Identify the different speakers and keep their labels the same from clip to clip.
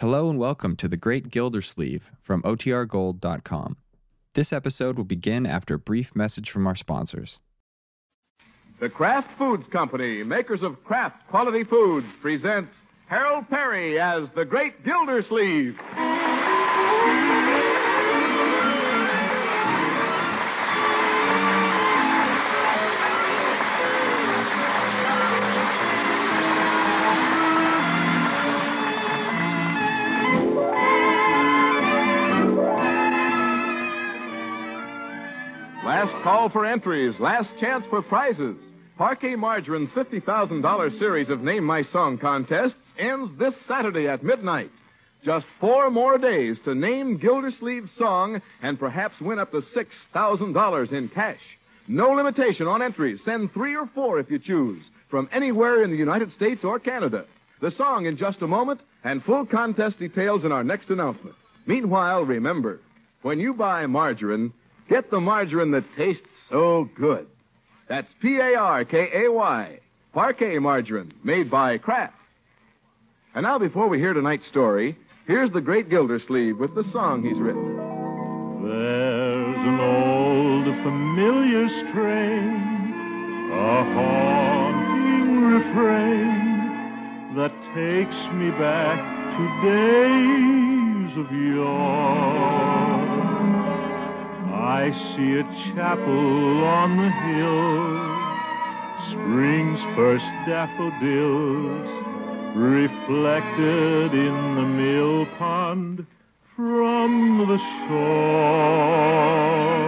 Speaker 1: Hello and welcome to The Great Gildersleeve from OTRGold.com. This episode will begin after a brief message from our sponsors.
Speaker 2: The Kraft Foods Company, makers of Kraft quality foods, presents Harold Perry as the Great Gildersleeve. Last call for entries, last chance for prizes. Parquet Margarine's $50,000 series of Name My Song contests ends this Saturday at midnight. Just four more days to name Gildersleeve's song and perhaps win up to $6,000 in cash. No limitation on entries. Send three or four if you choose from anywhere in the United States or Canada. The song in just a moment and full contest details in our next announcement. Meanwhile, remember, when you buy margarine, Get the margarine that tastes so good. That's P A R K A Y, Parquet margarine, made by Kraft. And now, before we hear tonight's story, here's the great Gildersleeve with the song he's written.
Speaker 3: There's an old familiar strain, a haunting refrain that takes me back to days of yore. I see a chapel on the hill, spring's first daffodils reflected in the mill pond from the shore.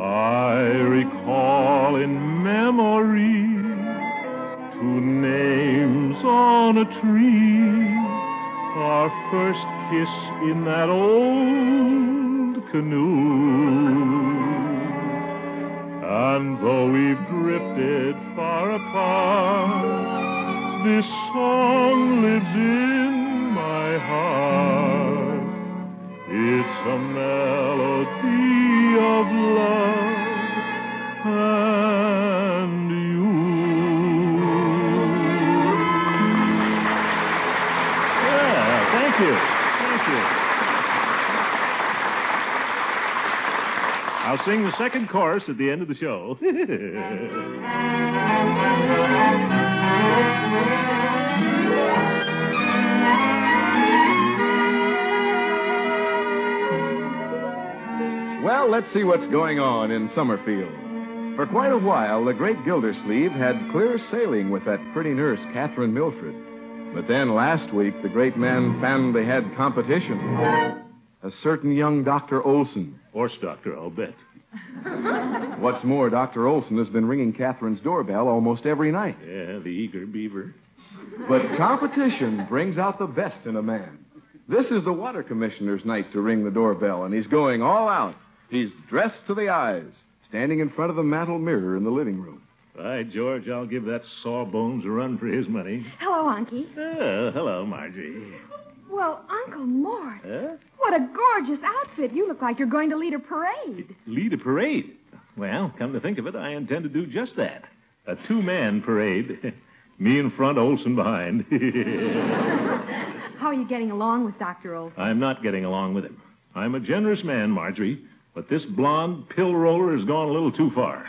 Speaker 3: I recall in memory two names on a tree, our first kiss in that old canoe. And though we've drifted far apart, this song lives in my heart. It's a melody of love and you. Yeah, thank you. Thank you. I'll sing the second chorus at the end of the show.
Speaker 2: Well, let's see what's going on in Summerfield. For quite a while, the great Gildersleeve had clear sailing with that pretty nurse, Catherine Milford. But then last week, the great man found they had competition. A certain young Dr. Olson.
Speaker 3: Horse doctor, I'll bet.
Speaker 2: What's more, Dr. Olson has been ringing Catherine's doorbell almost every night.
Speaker 3: Yeah, the eager beaver.
Speaker 2: But competition brings out the best in a man. This is the water commissioner's night to ring the doorbell, and he's going all out. He's dressed to the eyes, standing in front of the mantel mirror in the living room.
Speaker 3: By George, I'll give that sawbones a run for his money.
Speaker 4: Hello, Unky.
Speaker 3: Oh, hello, Margie. Uh,
Speaker 4: Well, Uncle Mort,
Speaker 3: Huh?
Speaker 4: what a gorgeous outfit. You look like you're going to lead a parade.
Speaker 3: Lead a parade. Well, come to think of it, I intend to do just that. A two-man parade. Me in front, Olson behind.
Speaker 4: How are you getting along with Dr. Olson?
Speaker 3: I'm not getting along with him. I'm a generous man, Marjorie, but this blonde pill roller has gone a little too far.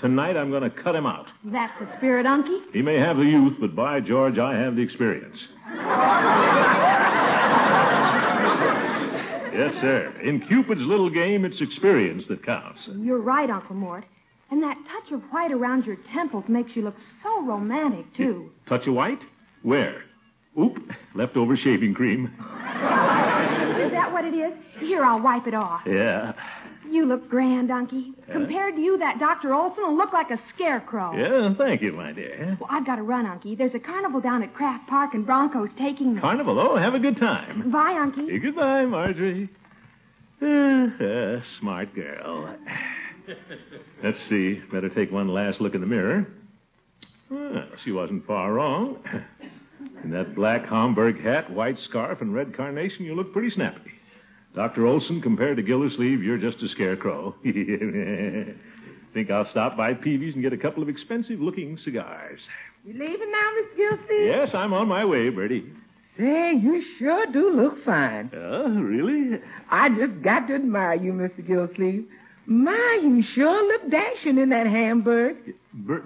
Speaker 3: Tonight I'm going to cut him out.
Speaker 4: That's the spirit, Unky.
Speaker 3: He may have the youth, but by George, I have the experience. yes, sir. In Cupid's little game, it's experience that counts.
Speaker 4: You're right, Uncle Mort. And that touch of white around your temples makes you look so romantic, too.
Speaker 3: Touch of white? Where? Oop, leftover shaving cream.
Speaker 4: is that what it is? Here, I'll wipe it off.
Speaker 3: Yeah.
Speaker 4: You look grand, Unky. Compared to you, that Dr. Olson will look like a scarecrow.
Speaker 3: Yeah, thank you, my dear.
Speaker 4: Well, I've got to run, Unky. There's a carnival down at Kraft Park, and Bronco's taking me.
Speaker 3: Carnival, oh, have a good time.
Speaker 4: Bye, Unky.
Speaker 3: Hey, goodbye, Marjorie. Uh, uh, smart girl. Let's see. Better take one last look in the mirror. Ah, she wasn't far wrong. In that black Homburg hat, white scarf, and red carnation, you look pretty snappy. Dr. Olson, compared to Gildersleeve, you're just a scarecrow. Think I'll stop by Peavy's and get a couple of expensive looking cigars.
Speaker 5: You leaving now, Miss Gilsey?
Speaker 3: Yes, I'm on my way, Bertie.
Speaker 5: Say, you sure do look fine.
Speaker 3: Oh, really?
Speaker 5: I just got to admire you, Mr. Gillsleeve. My, you sure look dashing in that Hamburg.
Speaker 3: Bert.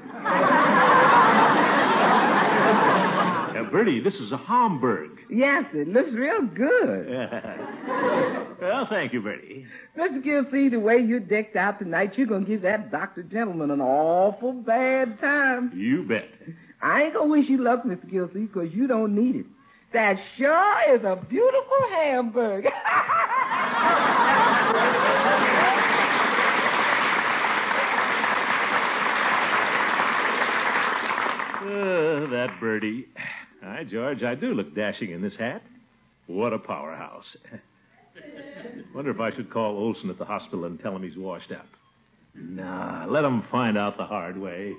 Speaker 3: Uh, Bertie, this is a Hamburg.
Speaker 5: Yes, it looks real good.
Speaker 3: well, thank you, Bertie.
Speaker 5: Mr. Gillsleeve, the way you're decked out tonight, you're going to give that doctor gentleman an awful bad time.
Speaker 3: You bet.
Speaker 5: I ain't going to wish you luck, Mr. Gillsleeve, because you don't need it. That sure is a beautiful Hamburg.
Speaker 3: Uh, that birdie. Hi, George. I do look dashing in this hat. What a powerhouse. Wonder if I should call Olson at the hospital and tell him he's washed up. Nah, let him find out the hard way.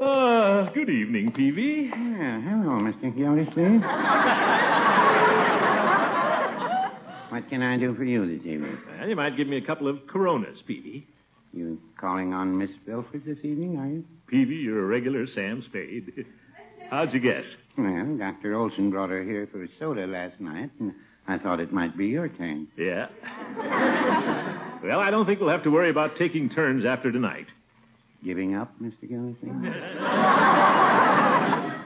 Speaker 3: Ah, good evening, Peavy.
Speaker 6: Yeah, hello, Mr. Gildersleeve. what can I do for you this evening?
Speaker 3: Well, you might give me a couple of coronas, Peavy.
Speaker 6: You calling on Miss Belford this evening, are you?
Speaker 3: Peavy, you're a regular Sam Spade. How'd you guess?
Speaker 6: Well, Dr. Olson brought her here for a soda last night, and I thought it might be your turn.
Speaker 3: Yeah. well, I don't think we'll have to worry about taking turns after tonight.
Speaker 6: Giving up, Mr. Gildersleeve?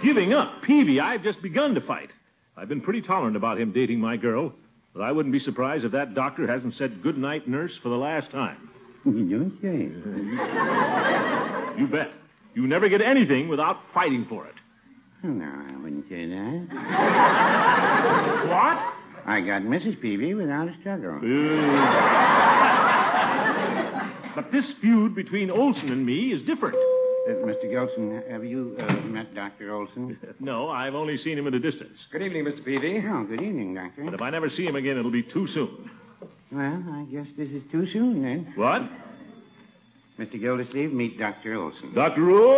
Speaker 3: Giving up, Peavy, I've just begun to fight. I've been pretty tolerant about him dating my girl, but I wouldn't be surprised if that doctor hasn't said good night, nurse, for the last time.
Speaker 6: you say.
Speaker 3: You bet. You never get anything without fighting for it.
Speaker 6: No, I wouldn't say that.
Speaker 3: What?
Speaker 6: I got Mrs. Peavy without a struggle.
Speaker 3: but this feud between Olson and me is different.
Speaker 6: Uh, Mr. Gilson, have you uh, met Dr. Olson?
Speaker 3: No, I've only seen him at a distance.
Speaker 7: Good evening, Mr. Peavy.
Speaker 6: Oh, good evening, Doctor.
Speaker 3: But if I never see him again, it'll be too soon.
Speaker 6: Well, I guess this is too soon, then.
Speaker 3: What?
Speaker 6: Mr. Gildersleeve, meet Dr. Olson.
Speaker 3: Dr. O.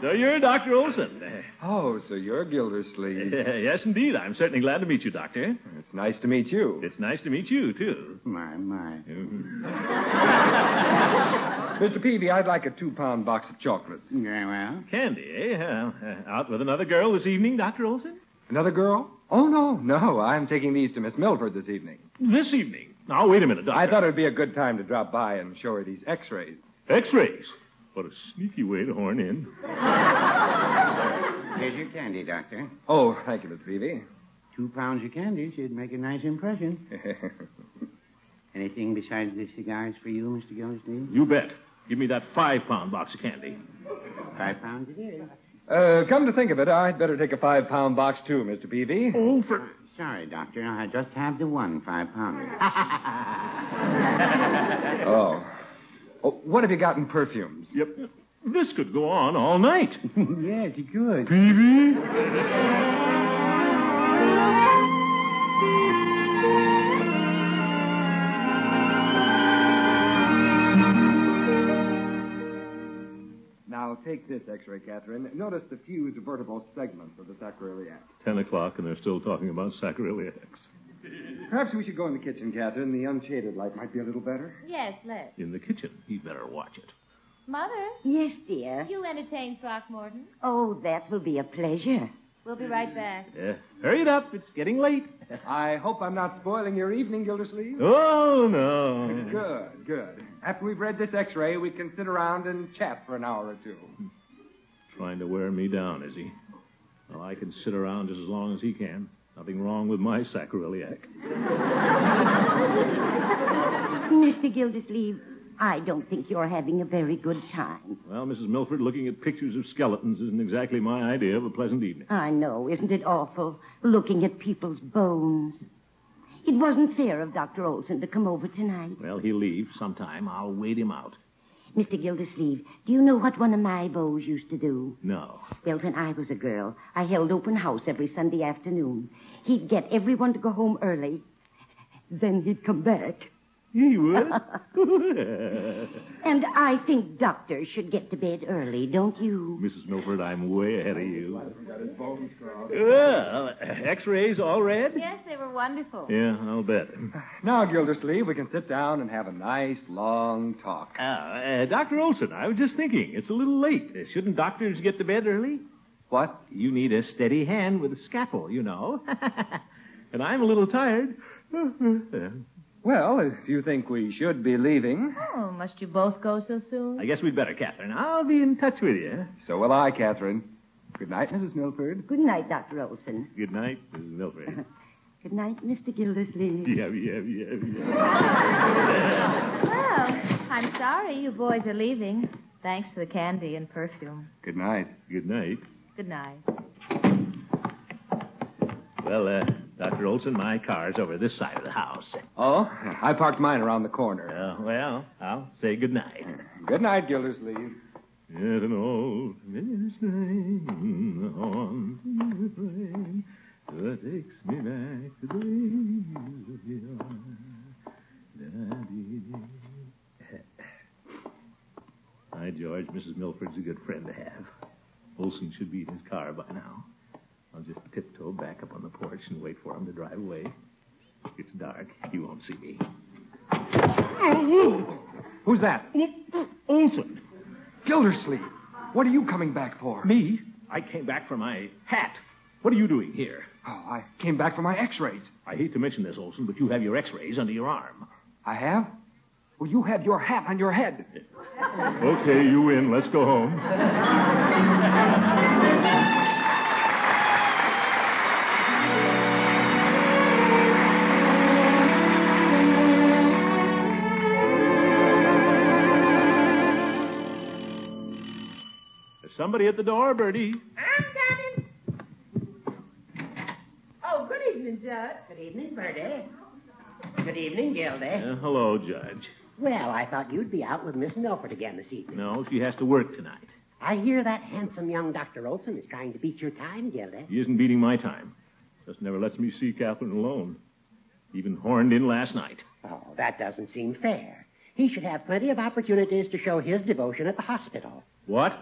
Speaker 3: so you're Dr. Olson.
Speaker 7: Oh, so you're Gildersleeve.
Speaker 3: yes, indeed. I'm certainly glad to meet you, Doctor.
Speaker 7: It's nice to meet you.
Speaker 3: It's nice to meet you, too.
Speaker 6: My, my.
Speaker 7: Mr. Peavy, I'd like a two pound box of chocolates.
Speaker 6: Very well.
Speaker 3: Candy, eh? Uh, uh, out with another girl this evening, Dr. Olson?
Speaker 7: Another girl? Oh, no, no. I'm taking these to Miss Milford this evening.
Speaker 3: This evening. Now, wait a minute, Doctor.
Speaker 7: I thought it would be a good time to drop by and show her these x rays.
Speaker 3: X-rays. What a sneaky way to horn in.
Speaker 6: Here's your candy, Doctor.
Speaker 7: Oh, thank you, Mr. Peavy.
Speaker 6: Two pounds of candy should make a nice impression. Anything besides the cigars for you, Mr. Gildersleeve?
Speaker 3: You bet. Give me that five-pound box of candy.
Speaker 6: Five pounds it is.
Speaker 7: uh, come to think of it, I'd better take a five pound box, too, Mr. Peavy.
Speaker 3: Oh, for...
Speaker 6: Sorry, Doctor. I just have the one five pounder.
Speaker 7: Oh. oh what have you got in perfumes?
Speaker 3: Yep. This could go on all night.
Speaker 6: yes, you could.
Speaker 3: Peavy?
Speaker 7: Now, take this x ray, Catherine. Notice the fused vertebral segments of the sacroiliac.
Speaker 3: Ten o'clock, and they're still talking about sacroiliacs.
Speaker 7: Perhaps we should go in the kitchen, Catherine. The unshaded light might be a little better.
Speaker 8: Yes, let's.
Speaker 3: In the kitchen. He'd better watch it.
Speaker 8: Mother,
Speaker 9: Yes, dear.
Speaker 8: you entertain Throckmorton.
Speaker 9: Oh, that will be a pleasure.
Speaker 8: We'll be right back.
Speaker 3: Yeah. Hurry it up. It's getting late.
Speaker 7: I hope I'm not spoiling your evening, Gildersleeve.
Speaker 3: Oh, no.
Speaker 7: Good, good. After we've read this x ray, we can sit around and chat for an hour or two.
Speaker 3: Trying to wear me down, is he? Well, I can sit around just as long as he can. Nothing wrong with my sacroiliac.
Speaker 9: Mr. Gildersleeve, I don't think you're having a very good time.
Speaker 3: Well, Mrs. Milford, looking at pictures of skeletons isn't exactly my idea of a pleasant evening.
Speaker 9: I know, isn't it awful? Looking at people's bones. It wasn't fair of Dr. Olson to come over tonight.
Speaker 3: Well, he'll leave sometime. I'll wait him out.
Speaker 9: Mr. Gildersleeve, do you know what one of my beaux used to do?
Speaker 3: No.
Speaker 9: Well, when I was a girl, I held open house every Sunday afternoon. He'd get everyone to go home early. Then he'd come back
Speaker 3: He would.
Speaker 9: And I think doctors should get to bed early, don't you?
Speaker 3: Mrs. Milford, I'm way ahead of you. Well, x-rays all red?
Speaker 8: Yes, they were wonderful.
Speaker 3: Yeah, I'll bet.
Speaker 7: Oh. Now, Gildersleeve, we can sit down and have a nice, long talk.
Speaker 3: Uh, uh, Dr. Olson, I was just thinking, it's a little late. Uh, shouldn't doctors get to bed early? What? You need a steady hand with a scalpel, you know. and I'm a little tired.
Speaker 8: Oh,
Speaker 7: Well, if you think we should be leaving,
Speaker 8: Oh, must you both go so soon?
Speaker 3: I guess we'd better, Catherine. I'll be in touch with you.
Speaker 7: so will I, Catherine. Good night, Mrs. Milford.
Speaker 9: Good night, Dr. Olson.
Speaker 3: Good night, Mrs. Milford.
Speaker 9: Good night, Mr. Gildersleeve.
Speaker 3: yeah, yeah, yeah, yeah.
Speaker 8: Well, I'm sorry you boys are leaving. Thanks for the candy and perfume.
Speaker 7: Good night.
Speaker 3: Good night.
Speaker 8: Good night.
Speaker 3: Well, uh, Dr. Olson, my car's over this side of the house.
Speaker 7: Oh, I parked mine around the corner.
Speaker 3: Uh, well, I'll say good night.
Speaker 7: Good night, Gildersleeve.
Speaker 3: There's an old minister on the plain that takes me back to the days of yore. Da-dee-dee. By George, Mrs. Milford's a good friend to have. Olson should be in his car by now. I'll just tiptoe back up on the porch and wait for him to drive away. It's dark. He won't see me.
Speaker 7: Who's that?
Speaker 3: Olson!
Speaker 7: Gildersleeve. What are you coming back for?
Speaker 3: Me? I came back for my hat. What are you doing here?
Speaker 7: Oh, I came back for my x-rays.
Speaker 3: I hate to mention this, Olson, but you have your x-rays under your arm.
Speaker 7: I have? Well, you have your hat on your head.
Speaker 3: Okay, you win. Let's go home. There's somebody at the door, Bertie.
Speaker 9: I'm coming. Oh, good evening, Judge. Good evening, Bertie. Good evening, Gildy.
Speaker 3: Uh, hello, Judge.
Speaker 10: Well, I thought you'd be out with Miss Milford again this evening.
Speaker 3: No, she has to work tonight.
Speaker 10: I hear that handsome young Dr. Olson is trying to beat your time, Gilda.
Speaker 3: He isn't beating my time. Just never lets me see Catherine alone. Even horned in last night.
Speaker 10: Oh, that doesn't seem fair. He should have plenty of opportunities to show his devotion at the hospital.
Speaker 3: What?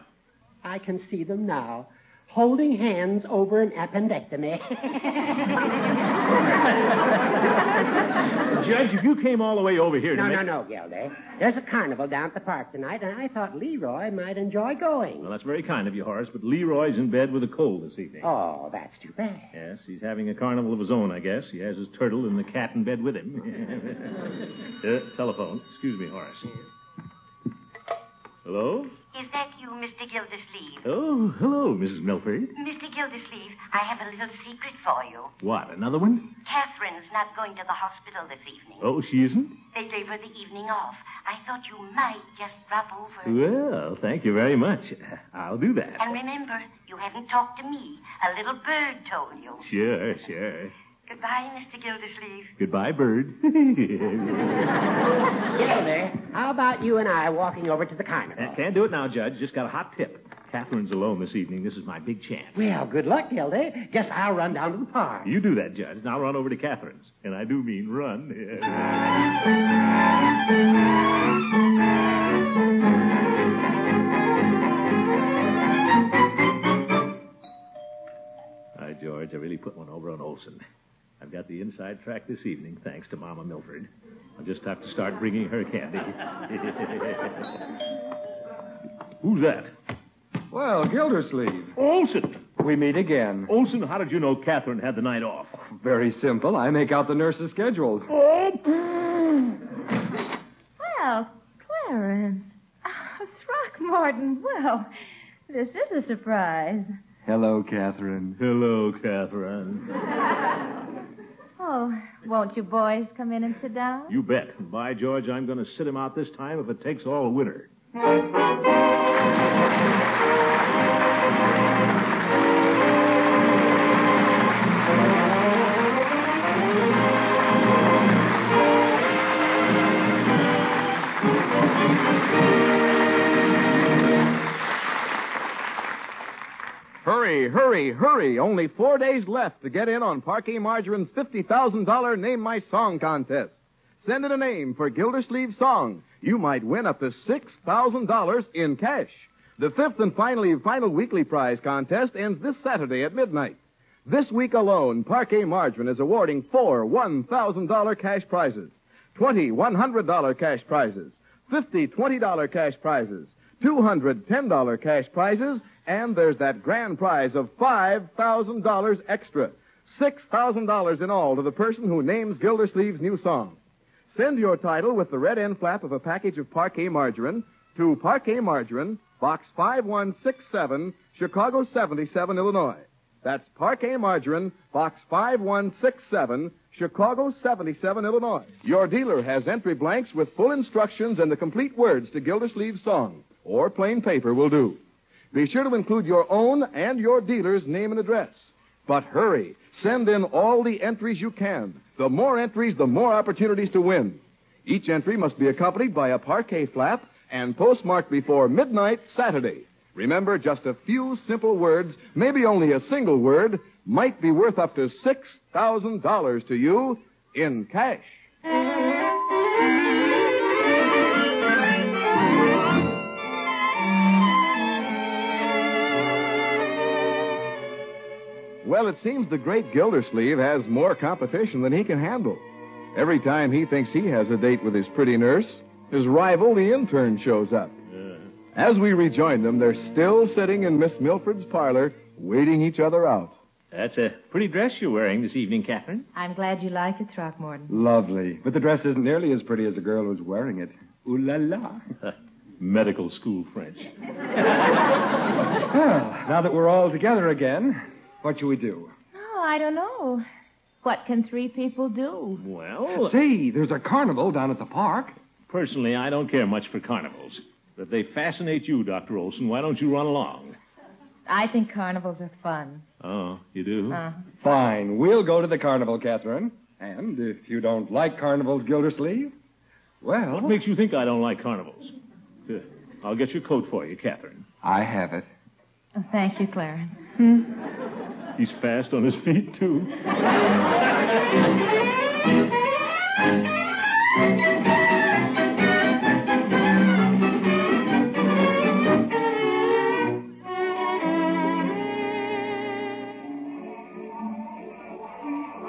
Speaker 10: I can see them now, holding hands over an appendectomy.
Speaker 3: Judge, if you came all the way over here to
Speaker 10: no,
Speaker 3: make...
Speaker 10: no, no, Gilda. There's a carnival down at the park tonight, and I thought Leroy might enjoy going.
Speaker 3: Well, that's very kind of you, Horace, but Leroy's in bed with a cold this evening.
Speaker 10: Oh, that's too bad.
Speaker 3: Yes, he's having a carnival of his own, I guess. He has his turtle and the cat in bed with him. uh, telephone. Excuse me, Horace. Hello?
Speaker 9: Is that you, Mr. Gildersleeve?
Speaker 3: Oh, hello, Mrs. Milford.
Speaker 9: Mr. Gildersleeve, I have a little secret for you.
Speaker 3: What, another one?
Speaker 9: Catherine's not going to the hospital this evening.
Speaker 3: Oh, she isn't?
Speaker 9: They gave her the evening off. I thought you might just drop over.
Speaker 3: Well, thank you very much. I'll do that.
Speaker 9: And remember, you haven't talked to me. A little bird told you.
Speaker 3: Sure, sure.
Speaker 9: Goodbye, Mr. Gildersleeve.
Speaker 3: Goodbye, bird.
Speaker 10: Gilda, how about you and I walking over to the carnival?
Speaker 3: Can't do it now, Judge. Just got a hot tip. Catherine's alone this evening. This is my big chance.
Speaker 10: Well, good luck, Gilda. Guess I'll run down to the park.
Speaker 3: You do that, Judge, and I'll run over to Catherine's. And I do mean run. Hi, George. I really put one over on Olson. I've got the inside track this evening, thanks to Mama Milford. I'll just have to start bringing her candy. Who's that?
Speaker 7: Well, Gildersleeve,
Speaker 3: Olson!
Speaker 7: we meet again.
Speaker 3: Olson, how did you know Catherine had the night off?
Speaker 7: Very simple. I make out the nurse's schedule.
Speaker 11: Oh,
Speaker 8: Well, Clarence. Oh, Throckmorton, well, this is a surprise.
Speaker 7: Hello, Catherine.
Speaker 3: Hello, Oh, Catherine.
Speaker 8: Oh, won't you boys come in and sit down?
Speaker 3: You bet. And By George, I'm going to sit him out this time if it takes all winter.
Speaker 2: Hurry, hurry, hurry. Only four days left to get in on Parky Margarine's $50,000 Name My Song contest. Send in a name for Gildersleeve's song. You might win up to $6,000 in cash. The fifth and finally final weekly prize contest ends this Saturday at midnight. This week alone, Parquet Margarine is awarding four $1,000 cash prizes, 20 $100 cash prizes, 50 $20 cash prizes, 200 $10 cash prizes, and there's that grand prize of $5,000 extra. $6,000 in all to the person who names Gildersleeve's new song. Send your title with the red end flap of a package of Parquet Margarine to Parquet Margarine, Box 5167, Chicago 77, Illinois. That's Parquet Margarine, Box 5167, Chicago 77, Illinois. Your dealer has entry blanks with full instructions and the complete words to Gildersleeve's song, or plain paper will do. Be sure to include your own and your dealer's name and address. But hurry, send in all the entries you can. The more entries, the more opportunities to win. Each entry must be accompanied by a parquet flap and postmarked before midnight Saturday. Remember, just a few simple words, maybe only a single word, might be worth up to $6,000 to you in cash. Well, it seems the great Gildersleeve has more competition than he can handle. Every time he thinks he has a date with his pretty nurse, his rival, the intern, shows up. As we rejoin them, they're still sitting in Miss Milford's parlor, waiting each other out.
Speaker 3: That's a pretty dress you're wearing this evening, Catherine.
Speaker 8: I'm glad you like it, Throckmorton.
Speaker 7: Lovely. But the dress isn't nearly as pretty as the girl who's wearing it. Ooh la la.
Speaker 3: Medical school French.
Speaker 7: well, now that we're all together again, what shall we do?
Speaker 8: Oh, I don't know. What can three people do?
Speaker 3: Well,
Speaker 7: See, there's a carnival down at the park.
Speaker 3: personally, I don't care much for carnivals. But if they fascinate you, Dr. Olson, why don't you run along?
Speaker 8: I think carnivals are fun.
Speaker 3: Oh, you
Speaker 7: Hmm?
Speaker 3: do?
Speaker 8: Uh,
Speaker 7: Fine, we'll go to the carnival, Catherine. And if you don't like carnivals, Gildersleeve, well,
Speaker 3: What makes you think I don't like carnivals? Uh, I'll get your coat for you, Catherine.
Speaker 7: I have it.
Speaker 8: oh, thank you, Clarence.
Speaker 3: He's fast on his feet, too.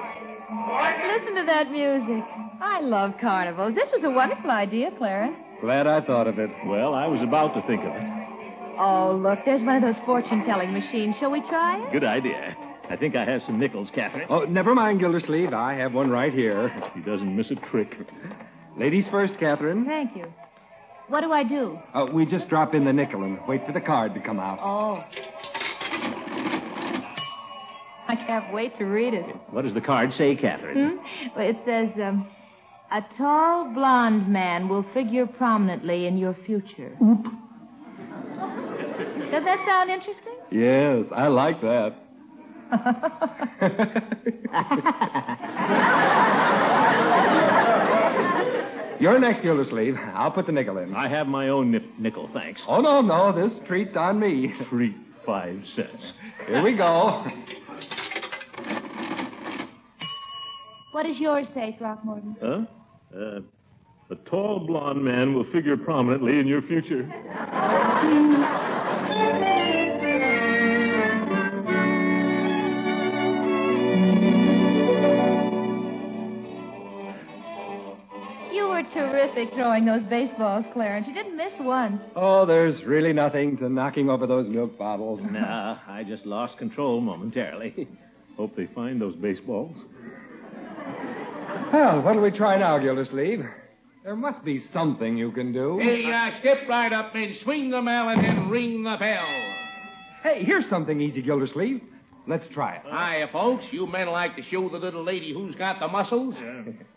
Speaker 8: Listen to that music. I love carnivals. This was a wonderful idea, Clarence.
Speaker 7: Glad I thought of it.
Speaker 3: Well, I was about to think of it.
Speaker 8: Oh, look, there's one of those fortune-telling machines. Shall we try it?
Speaker 3: Good idea. I think I have some nickels, Catherine.
Speaker 7: Oh, never mind, Gildersleeve. I have one right here.
Speaker 3: He doesn't miss a trick.
Speaker 7: Ladies first, Catherine.
Speaker 8: Thank you. What do I do?
Speaker 7: Uh, we just drop in the nickel and wait for the card to come out.
Speaker 8: Oh. I can't wait to read it.
Speaker 3: What does the card say, Catherine?
Speaker 8: Hmm? Well, it says, um, a tall blonde man will figure prominently in your future. Does that sound interesting?
Speaker 7: Yes, I like that. You're next, Gildersleeve. I'll put the nickel in.
Speaker 3: I have my own nip- nickel, thanks.
Speaker 7: Oh, no, no. This treat's on me.
Speaker 3: Three, five cents.
Speaker 7: Hmm? Here we go.
Speaker 8: What does yours say, Throckmorton?
Speaker 3: Huh? Uh, a tall blonde man will figure prominently in your future.
Speaker 8: You were terrific throwing those baseballs, Clarence. You didn't miss one.
Speaker 7: Oh, there's really nothing to knocking over those milk bottles.
Speaker 3: Nah, I just lost control momentarily. Hope they find those baseballs.
Speaker 7: Well, what'll we try now, Gildersleeve? There must be something you can do.
Speaker 12: Hey, uh, step right up and swing the mallet and ring the bell.
Speaker 7: Hey, here's something easy, Gildersleeve. Let's try it.
Speaker 12: Hiya, folks. You men like to show the little lady who's got the muscles.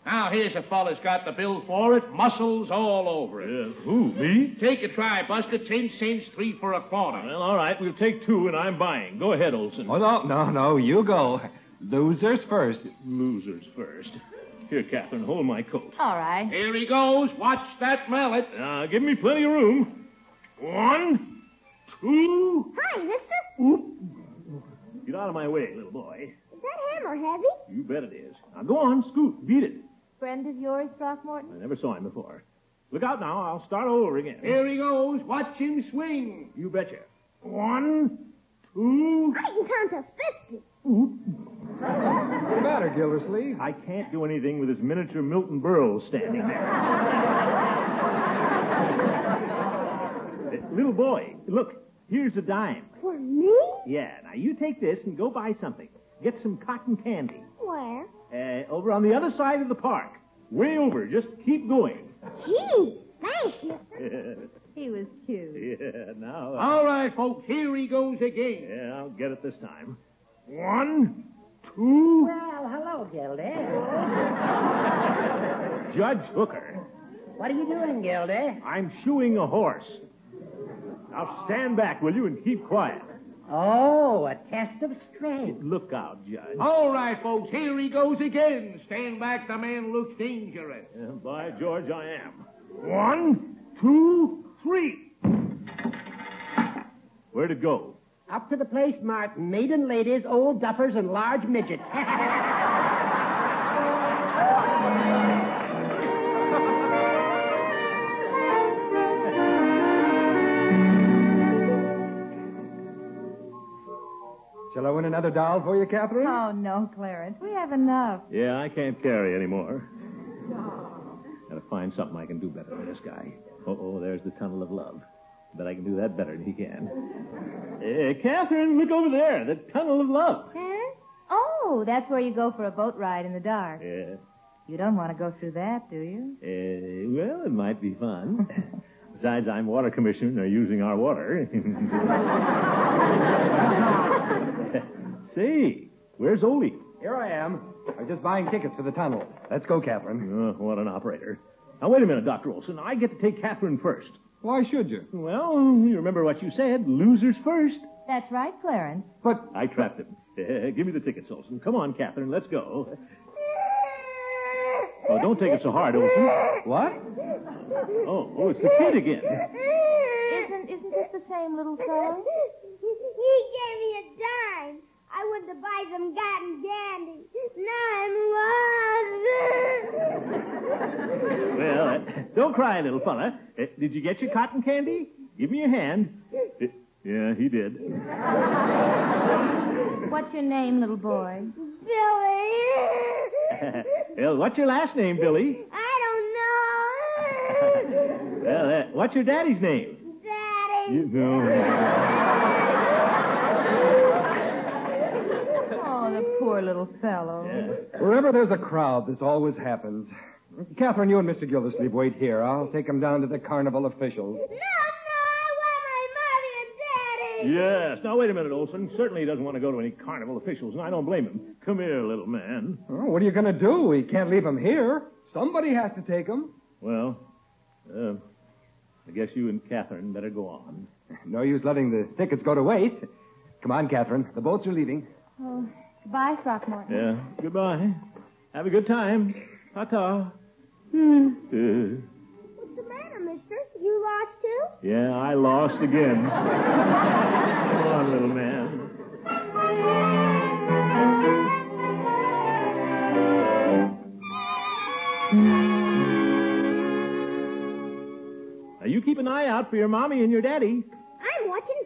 Speaker 12: Now, here's a fella's got the bill for it. Muscles all over it.
Speaker 3: Uh, who, me?
Speaker 12: Take a try, Buster. Ten cents, three for a quarter.
Speaker 3: Well, all right, we'll take two, and I'm buying. Go ahead, Olson.
Speaker 7: Oh, no, no, no. You go. Losers first.
Speaker 3: Losers first. Here, Catherine, hold my coat.
Speaker 8: All right.
Speaker 12: Here he goes. Watch that mallet.
Speaker 3: Now, give me plenty of room. One, two.
Speaker 4: Hi, mister.
Speaker 3: Get out of my way, little boy.
Speaker 4: Is that hammer heavy?
Speaker 3: You bet it is. Now, go on, scoot, beat it.
Speaker 8: friend of yours, Throckmorton?
Speaker 3: I never saw him before. Look out now. I'll start over again.
Speaker 12: Here he goes. Watch him swing.
Speaker 3: You betcha. One, two.
Speaker 11: I can turn to 50.
Speaker 3: What's the matter, Gildersleeve? I can't do anything with this miniature Milton Berle standing there. Uh, Little boy, look. Here's a dime.
Speaker 11: For me?
Speaker 3: Yeah, now you take this and go buy something. Get some cotton candy.
Speaker 11: Where?
Speaker 3: Uh, over on the other side of the park. Way over. Just keep going.
Speaker 11: Gee, thanks, mister.
Speaker 8: He was cute.
Speaker 3: yeah, now. uh,
Speaker 12: All right, folks, here he goes again.
Speaker 3: Yeah, I'll get it this time.
Speaker 12: One.
Speaker 3: Two.
Speaker 10: Well, hello, Gildy.
Speaker 3: Judge Hooker.
Speaker 10: what are you doing, Gildy?
Speaker 3: I'm shoeing a horse. Now stand back, will you, and keep quiet.
Speaker 10: Oh, a test of strength.
Speaker 3: Look out, Judge.
Speaker 12: All right, folks, here he goes again. Stand back, the man looks dangerous.
Speaker 3: Yeah, by George, I am.
Speaker 12: One, two, three.
Speaker 3: Where'd it go?
Speaker 10: Up to the place marked maiden ladies, old duffers, and large midgets.
Speaker 7: Shall I win another doll for you, Catherine?
Speaker 8: Oh, no, Clarence. We have enough.
Speaker 3: Yeah, I can't carry anymore. Oh. Gotta find something I can do better than this guy. Oh, there's the tunnel of love. Bet I can do that better than he can. Eh, Catherine, look over there. The tunnel of love.
Speaker 8: Huh? Oh, that's where you go for a boat ride in the dark.
Speaker 3: Yeah.
Speaker 8: You don't want to go through that, do you?
Speaker 3: Eh, well, it might be fun. Besides, I'm water commissioner and they're using our water. Say, where's Ollie?
Speaker 7: Here I am. I'm just buying tickets for the tunnel. Let's go, Catherine.
Speaker 3: Oh, what an operator. Now, wait a minute, Dr. Olson. I get to take Catherine first.
Speaker 7: Why should you?
Speaker 3: Well, you remember what you said. Losers first.
Speaker 8: That's right, Clarence.
Speaker 7: But
Speaker 3: I trapped him. Eh, give me the tickets, Olson. Come on, Catherine, let's go. Oh, don't take it so hard, Olson.
Speaker 7: What?
Speaker 3: Oh, oh, it's the kid again.
Speaker 11: Isn't,
Speaker 8: isn't this the same little fellow?
Speaker 11: He gave me a dime. I went to buy some cotton candy. Now I'm lost.
Speaker 3: Well, uh, don't cry, little fella. Uh, did you get your cotton candy? Give me your hand. Uh, yeah, he did.
Speaker 8: What's your name, little boy?
Speaker 11: Billy.
Speaker 3: well, what's your last name, Billy?
Speaker 11: I don't know.
Speaker 3: Well, uh, what's your daddy's name?
Speaker 11: Daddy.
Speaker 3: You know.
Speaker 8: Oh, the poor little fellow.
Speaker 7: Wherever there's a crowd, this always happens. Catherine, you and Mr. Gildersleeve wait here. I'll take 'em down to the carnival officials.
Speaker 11: No, no, I want my mommy and daddy.
Speaker 3: Yes. Now, wait a minute, Olson. Certainly he doesn't want to go to any carnival officials, and I don't blame him. Come here, little man.
Speaker 7: Oh, what are you going to do? We can't leave 'em here. Somebody has to take 'em.
Speaker 3: Well, uh, I guess you and Catherine better go on.
Speaker 7: No use letting the tickets go to waste. Come on, Catherine. The boats are leaving.
Speaker 8: Oh, goodbye, Throckmorton.
Speaker 3: Yeah. Goodbye. Have a good time. Ta-ta. Uh,
Speaker 11: What's the matter, mister? You lost too?
Speaker 3: yeah, I lost again. Come on, little man. Now, you keep an eye out for your mommy and your daddy.
Speaker 11: I'm watching.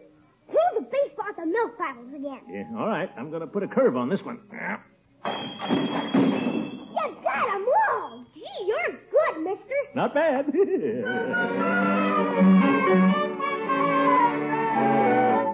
Speaker 11: Throw the baseball at the milk bottles again.
Speaker 3: Yeah, all right. I'm going to put a curve on this one. Yeah.
Speaker 11: You got 'em all. Gee, you're good, mister.
Speaker 3: Not bad.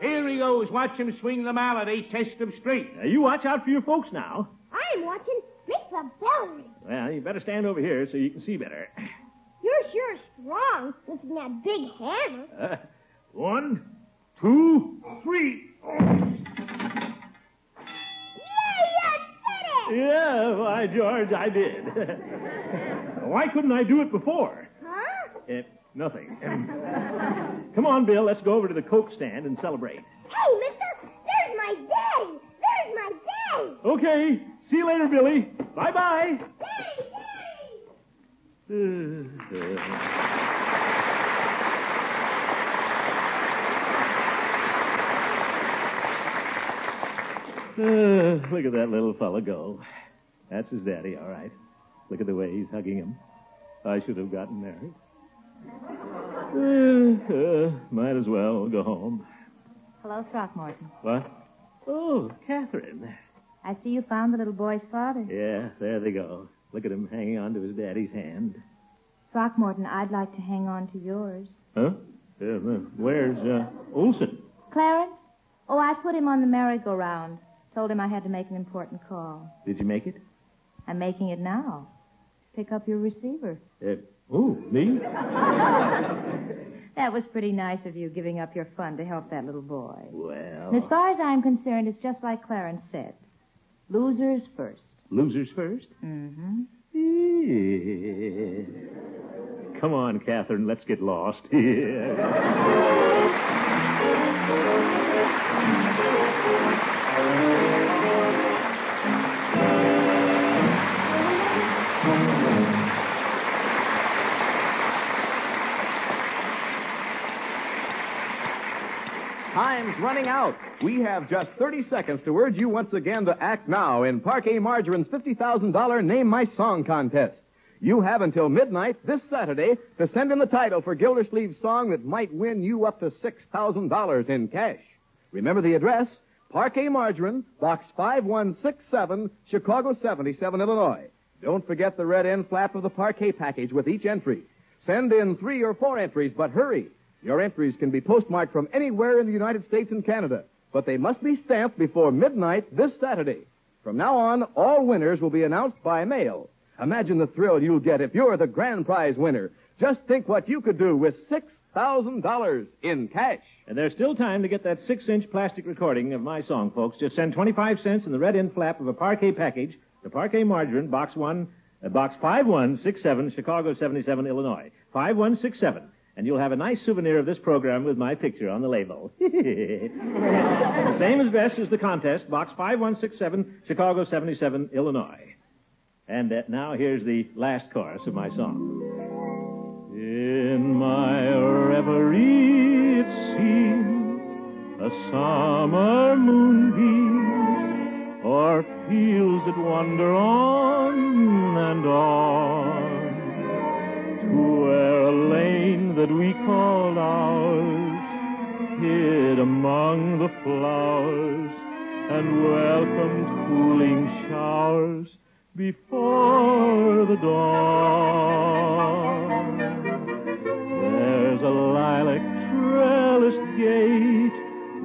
Speaker 12: Here he goes. Watch him swing the mallet. Eight test him straight.
Speaker 3: now, you watch out for your folks now.
Speaker 11: I'm watching. Make the bell ring.
Speaker 3: Well, you better stand over here so you can see better.
Speaker 11: You're sure strong lifting that big hammer.
Speaker 3: Uh, one, two,
Speaker 12: Three.
Speaker 11: Yeah, you did it!
Speaker 3: Yeah, why, George, I did. why couldn't I do it before?
Speaker 11: Huh?
Speaker 3: Eh, nothing. Come on, Bill, let's go over to the Coke stand and celebrate.
Speaker 11: Hey, mister, there's my daddy. There's my daddy.
Speaker 3: Okay, see you later, Billy. Bye bye.
Speaker 11: Daddy, daddy.
Speaker 3: Uh, look at that little fella go. That's his daddy, all right. Look at the way he's hugging him. I should have gotten married. Uh, uh, might as well go home.
Speaker 8: Hello, Throckmorton.
Speaker 3: What? Oh, Catherine.
Speaker 8: I see you found the little boy's father.
Speaker 3: Yeah, there they go. Look at him hanging on to his daddy's hand.
Speaker 8: Throckmorton, I'd like to hang on to yours.
Speaker 3: Huh? Uh, uh, where's uh, Olson?
Speaker 8: Clarence? Oh, I put him on the merry-go-round. Told him I had to make an important call.
Speaker 3: Did you make it?
Speaker 8: I'm making it now. Pick up your receiver.
Speaker 3: Uh, oh, me?
Speaker 8: That was pretty nice of you giving up your fun to help that little boy.
Speaker 3: Well.
Speaker 8: And as far as I'm concerned, it's just like Clarence said. Losers first.
Speaker 3: Losers first?
Speaker 8: Mm-hmm.
Speaker 3: Come on, Catherine, let's get lost.
Speaker 2: Time's running out. We have just 30 seconds to urge you once again to act now in Parquet Margarine's $50,000 Name My Song contest. You have until midnight this Saturday to send in the title for Gildersleeve's song that might win you up to $6,000 in cash. Remember the address? Parquet Margarine, Box 5167, Chicago 77, Illinois. Don't forget the red end flap of the parquet package with each entry. Send in three or four entries, but hurry. Your entries can be postmarked from anywhere in the United States and Canada, but they must be stamped before midnight this Saturday. From now on, all winners will be announced by mail. Imagine the thrill you'll get if you're the grand prize winner. Just think what you could do with $6,000 in cash.
Speaker 3: And there's still time to get that six inch plastic recording of my song, folks. Just send 25 cents in the red end flap of a parquet package to Parquet Margarine, Box 1, uh, Box 5167, Chicago 77, Illinois. 5167. And you'll have a nice souvenir of this program with my picture on the label. Same as best as the contest, Box 5167, Chicago 77, Illinois. And uh, now here's the last chorus of my song. In my reverie, it seems a summer moonbeam or fields that wander on and on to where a lane that we called ours hid among the flowers and welcomed cooling showers before the dawn. There's a lilac trellised gate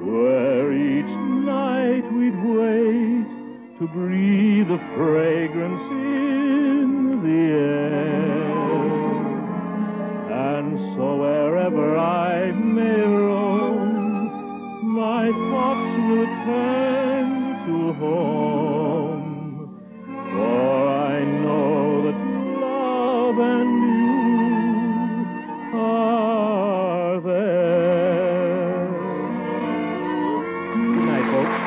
Speaker 3: where each night we'd wait to breathe the fragrance in the air. And so wherever I may roam, my thoughts will turn to home. For I know that love and you are there. Good night, folks.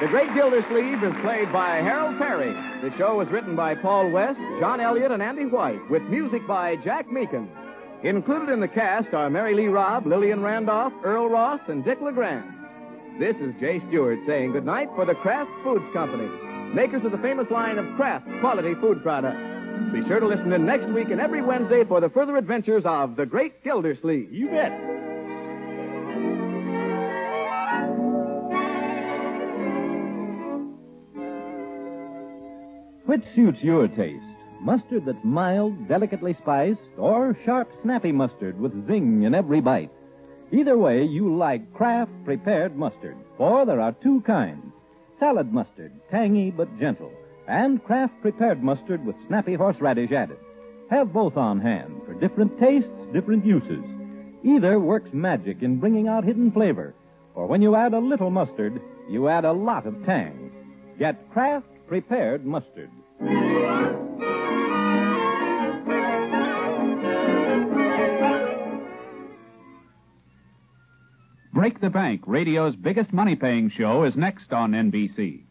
Speaker 2: The Great Gildersleeve is played by Harold Perry. The show was written by Paul West, John Elliott, and Andy White, with music by Jack Meakin. Included in the cast are Mary Lee Robb, Lillian Randolph, Earl Ross, and Dick LeGrand. This is Jay Stewart saying goodnight for the Kraft Foods Company, makers of the famous line of Kraft quality food products. Be sure to listen in next week and every Wednesday for the further adventures of The Great Gildersleeve.
Speaker 3: You bet.
Speaker 13: Which suits your taste? Mustard that's mild, delicately spiced, or sharp, snappy mustard with zing in every bite. Either way, you like Kraft prepared mustard, for there are two kinds. Salad mustard, tangy but gentle, and Kraft prepared mustard with snappy horseradish added. Have both on hand for different tastes, different uses. Either works magic in bringing out hidden flavor, for when you add a little mustard, you add a lot of tang. Get Kraft prepared mustard.
Speaker 3: Break the Bank, radio's biggest money paying show, is next on NBC.